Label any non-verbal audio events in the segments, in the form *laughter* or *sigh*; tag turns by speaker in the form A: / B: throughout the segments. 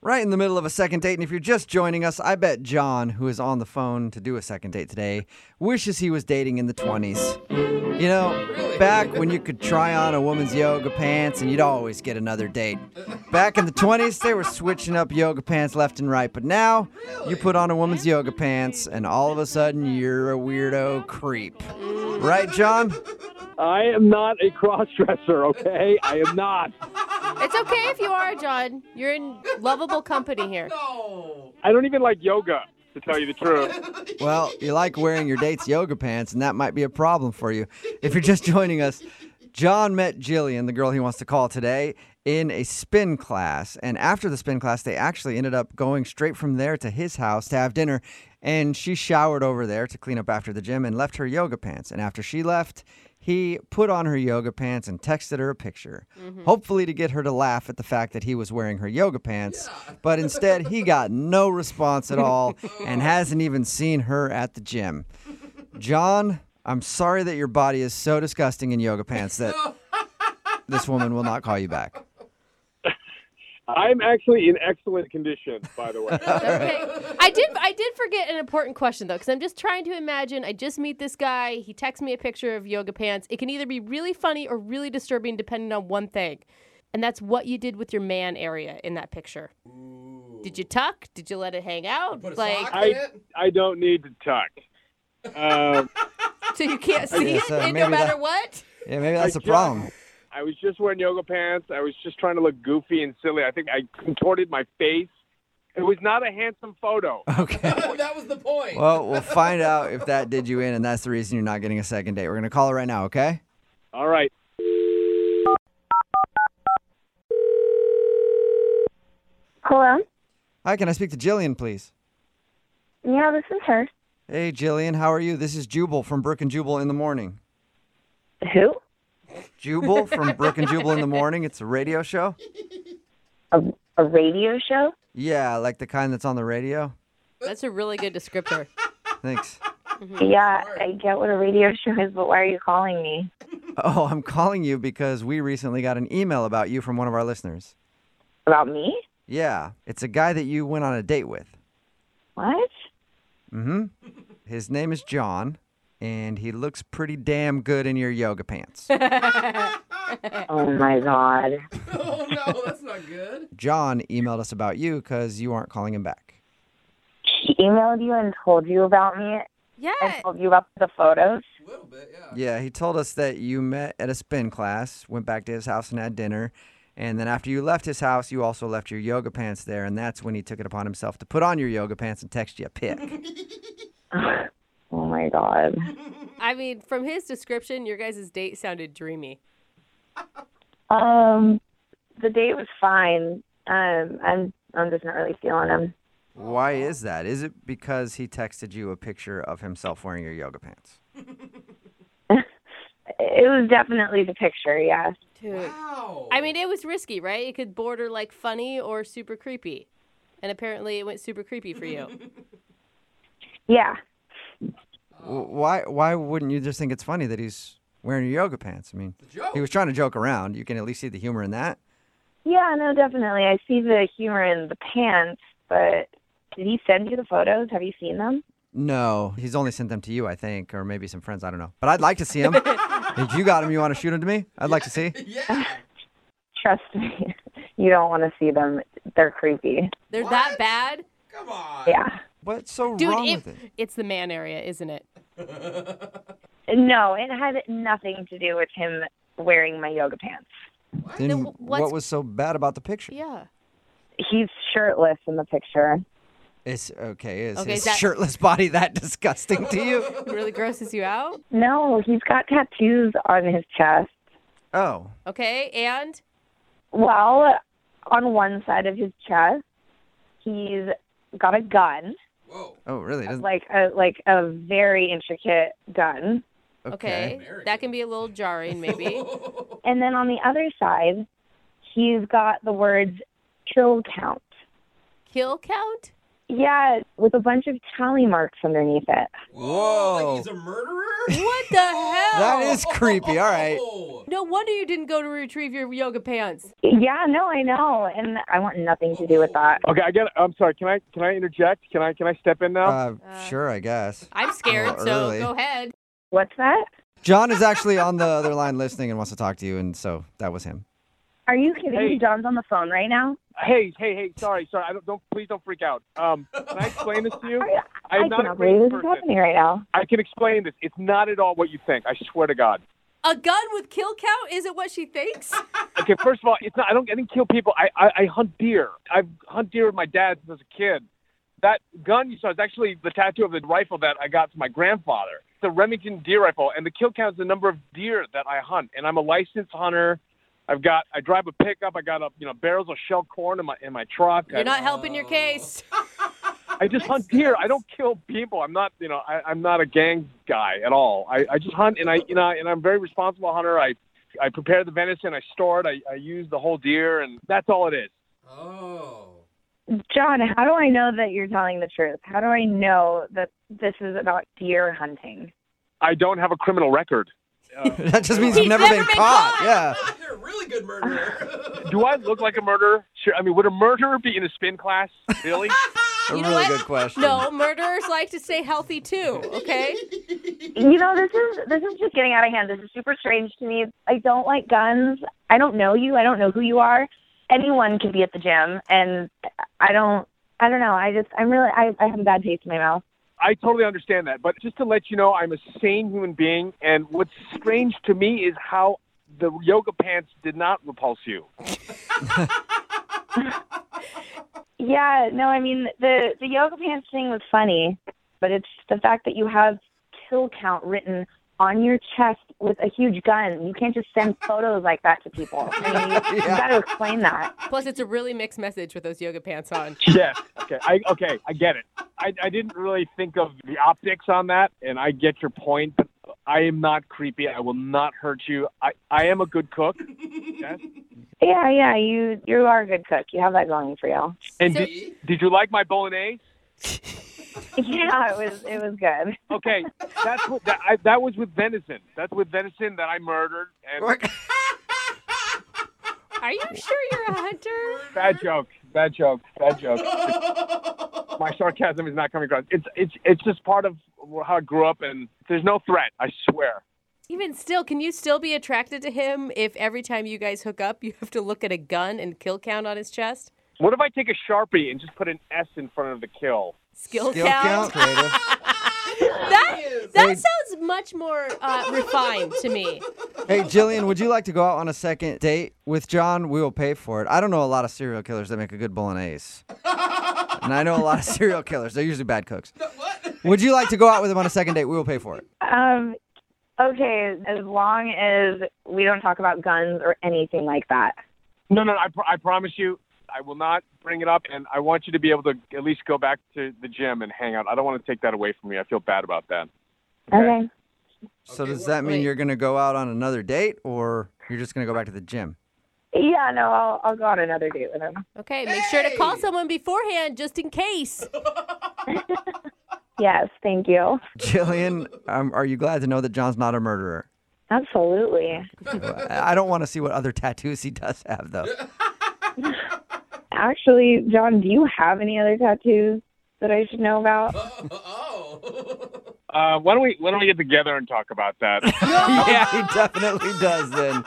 A: Right in the middle of a second date, and if you're just joining us, I bet John, who is on the phone to do a second date today, wishes he was dating in the 20s. You know, back when you could try on a woman's yoga pants and you'd always get another date. Back in the 20s, they were switching up yoga pants left and right, but now you put on a woman's yoga pants and all of a sudden you're a weirdo creep. Right, John?
B: I am not a crossdresser, okay? I am not.
C: It's okay if you are, John. You're in lovable company here.
B: I don't even like yoga, to tell you the truth.
A: Well, you like wearing your date's yoga pants, and that might be a problem for you. If you're just joining us, John met Jillian, the girl he wants to call today, in a spin class. And after the spin class, they actually ended up going straight from there to his house to have dinner. And she showered over there to clean up after the gym and left her yoga pants. And after she left, he put on her yoga pants and texted her a picture, hopefully to get her to laugh at the fact that he was wearing her yoga pants. But instead, he got no response at all and hasn't even seen her at the gym. John, I'm sorry that your body is so disgusting in yoga pants that this woman will not call you back.
B: I'm actually in excellent condition, by the way.
C: Okay. I did I did forget an important question though, because I'm just trying to imagine I just meet this guy, he texts me a picture of yoga pants. It can either be really funny or really disturbing depending on one thing. And that's what you did with your man area in that picture. Did you tuck? Did you let it hang out? like
B: I I don't need to tuck. Um,
C: *laughs* so you
A: *laughs*
C: can't see
A: guess,
C: it
A: uh,
C: and
A: maybe
C: no matter
A: that-
C: what?
A: Yeah, maybe that's
B: I
A: the problem.
B: I was just wearing yoga pants. I was just trying to look goofy and silly. I think I contorted my face. It was not a handsome photo.
D: *laughs* that was the
A: *laughs*
D: point.
A: Well, we'll find out if that did you in, and that's the reason you're not getting a second date. We're going to call her right now, okay?
B: All right.
E: Hello.
A: Hi, can I speak to Jillian, please?
E: Yeah, this is her.
A: Hey, Jillian, how are you? This is Jubal from Brook and Jubal in the Morning.
E: Who?
A: Jubal from Brook and Jubal in the Morning. It's a radio show.
E: A, a radio show?
A: Yeah, like the kind that's on the radio.
C: That's a really good descriptor.
A: Thanks.
E: Yeah, I get what a radio show is, but why are you calling me?
A: Oh, I'm calling you because we recently got an email about you from one of our listeners.
E: About me?
A: Yeah, it's a guy that you went on a date with.
E: What?
A: Mm-hmm. His name is John, and he looks pretty damn good in your yoga pants.
E: Oh my god.
D: Oh no, that's not good.
A: John emailed us about you because you aren't calling him back.
E: She emailed you and told you about me and
C: Yeah.
E: told you about the photos.
D: A little bit, yeah.
A: Yeah, he told us that you met at a spin class, went back to his house and had dinner, and then after you left his house, you also left your yoga pants there, and that's when he took it upon himself to put on your yoga pants and text you a pic.
E: Oh my god.
C: I mean, from his description, your guys' date sounded dreamy.
E: Um, the date was fine. Um, I'm I'm just not really feeling him.
A: Why is that? Is it because he texted you a picture of himself wearing your yoga pants?
E: It was definitely the picture. Yeah.
C: Dude.
D: Wow.
C: I mean, it was risky, right? It could border like funny or super creepy. And apparently it went super creepy for you.
A: *laughs*
E: Yeah.
A: W- Why why wouldn't you just think it's funny that he's wearing your yoga pants? I mean,
D: joke.
A: he was trying to joke around. You can at least see the humor in that.
E: Yeah. No, definitely. I see the humor in the pants, but did he send you the photos? Have you seen them?
A: No, he's only sent them to you, I think, or maybe some friends. I don't know. But I'd like to see him. if you got him, you want to shoot him to me? I'd like to see.
D: Yeah.
E: Trust me, *laughs* you don't want to see them. They're creepy.
C: They're that bad.
D: Come on.
E: Yeah.
A: What's so
C: Dude,
A: wrong
C: it-
A: with it?
C: it's the man area, isn't it?
E: No, it had nothing to do with him wearing my yoga pants.
A: Then
C: wh- what's-
A: what was so bad about the picture?
C: Yeah.
E: He's shirtless in the picture.
A: It's okay. Is
C: Okay,
A: his
C: is that-
A: shirtless body that *laughs* disgusting to you?
C: *laughs* It really grosses you out.
E: No, he's got tattoos on his chest.
A: Oh,
C: Okay. And
E: Well, on one side of his chest, he's got a gun,
D: Whoa.
A: Oh, really? Doesn't,
E: like a like a very intricate gun,
C: Okay. That can be a little jarring, maybe.
A: *laughs*
E: and then on the other side, he's got the words "kill count."
C: Kill count?
E: Yeah, with a bunch of tally marks underneath it.
C: Oh,
D: Whoa.
A: Whoa.
D: Like he's a murderer?
C: What the hell?
A: That is creepy. All
C: *laughs*
A: right.
D: Oh.
C: Oh. No wonder you didn't go to retrieve your yoga pants.
E: Yeah, no, I know, and I want nothing to do with that.
B: Okay, I get. I'm sorry. Can I can I interject? Can I can I step in now?
A: Uh, sure, I guess.
C: I'm scared,
A: Oh,
C: so
A: really?
C: go ahead.
E: What's that?
A: John is actually on the other line listening and wants to talk to you, and so that was him. *laughs*
E: Are you kidding?
B: Hey.
E: me? John's on the phone right now.
B: hey, hey, hey. Sorry, sorry. I don't, don't please don't freak out. Um, can I explain this to you?
E: I, *laughs* I
B: I'm not a
E: cannot believe
B: crazy
E: this is
B: person.
E: happening right now.
B: I can explain this. It's not at all what you think. I swear to God.
C: A gun with kill count isn't what she thinks?
A: *laughs*
B: Okay, first of all, it's not. I don't. I didn't kill people. I I, I hunt deer. I've hunt deer with my dad since I was a kid. That gun you saw is actually the tattoo of the rifle that I got from my grandfather. It's a Remington deer rifle, and the kill count is the number of deer that I hunt. And I'm a licensed hunter. I've got. I drive a pickup. I got a you know barrels of shell corn in my in my truck. I,
C: You're not helping your case.
B: I just hunt deer. I don't kill people. I'm not, you know, I, I'm not a gang guy at all. I, I just hunt, and I, you know, and I'm a very responsible hunter. I, I prepare the venison. I store it. I, I use the whole deer, and that's all it is.
D: Oh. *laughs*
E: John, how do I know that you're telling the truth? How do I know that this is about deer hunting?
B: I don't have a criminal record.
A: that just means
C: He's
A: you've never,
C: never
A: been,
C: been
A: caught.
C: caught!
A: Yeah.
D: You're a really good murderer. *laughs*
B: Do I look like a murderer? Sure. I mean, would a murderer be in a spin class? Really?
A: A
C: You know
A: really
C: what?
A: good question.
C: No, murderers like to stay healthy too, okay?
E: You know, this is this is just getting out of hand. This is super strange to me. I don't like guns. I don't know you. I don't know who you are. Anyone could be at the gym, and I don't. I don't know. I just. I'm really. I, I have a bad taste in my mouth.
B: I totally understand that. But just to let you know, I'm a sane human being, and what's strange to me is how the yoga pants did not repulse you.
E: Yeah, no, I mean the the yoga pants thing was funny, but it's the fact that you have kill count written on your chest with a huge gun. You can't just send photos like that to people. I mean, you, you got to explain that.
C: Plus, it's a really mixed message with those yoga pants on.
B: Yes. Okay. I okay. I get it. I, I didn't really think of the optics on that, and I get your point. But I am not creepy. I will not hurt you. I, I am a good cook. Yes.
E: Yeah, yeah, you you are a good cook. You have that going for you.
B: And
C: So-
B: did, did you like my bolognese?
E: *laughs* Yeah, it was it was good.
B: Okay. That's what, that, I, that was with venison. That's with venison that I murdered. And
C: Are you sure you're a hunter?
B: bad joke. Bad joke. Bad joke. my sarcasm is not coming across. It's it's it's just part of how I grew up, and there's no threat. I swear.
C: Even still, can you still be attracted to him if every time you guys hook up, you have to look at a gun and kill count on his chest?
B: What if I take a sharpie and just put an S in front of the kill?
C: Skill,
A: Skill count, creative.
C: That, that sounds much more uh, refined to me.
A: Hey, Jillian, would you like to go out on a second date with John? We will pay for it. I don't know a lot of serial killers that make a good bolognese. and I know a lot of serial killers. They're usually bad cooks. Would you like to go out with him on a second date? We will pay for it.
E: Um, okay, as long as we don't talk about guns or anything like that.
B: No, no, I, pr- I promise you, I will not bring it up, and I want you to be able to at least go back to the gym and hang out. I don't want to take that away from you. I feel bad about that.
E: Okay.
A: So
D: Okay,
A: does
D: wait,
A: that mean
C: wait.
A: you're going to go out on another date or you're just going to go back to the gym?
E: Yeah, no, I'll I'll go on another date with him.
C: Okay, make sure to call someone beforehand just in case.
E: Yes, thank you.
A: Jillian, um, are you glad to know that John's not a murderer?
E: Absolutely.
A: Well, I I don't want to see what other tattoos he does have, though. *laughs*
E: Actually, John, do you have any other tattoos that I should know about?
D: oh. *laughs*
B: Uh, why don't we why don't we get together and talk about that?
A: yeah, he definitely does then.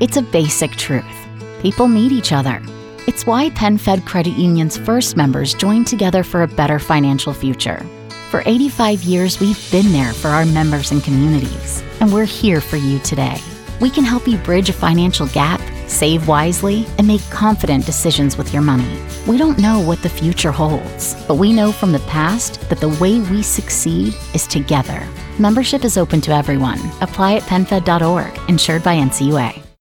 F: It's a basic truth. People need each other. It's why PenFed Credit Union's first members joined together for a better financial future. For 85 years, we've been there for our members and communities, and we're here for you today. We can help you bridge a financial gap, save wisely, and make confident decisions with your money. We don't know what the future holds, but we know from the past that the way we succeed is together. Membership is open to everyone. Apply at penfed.org, insured by NCUA.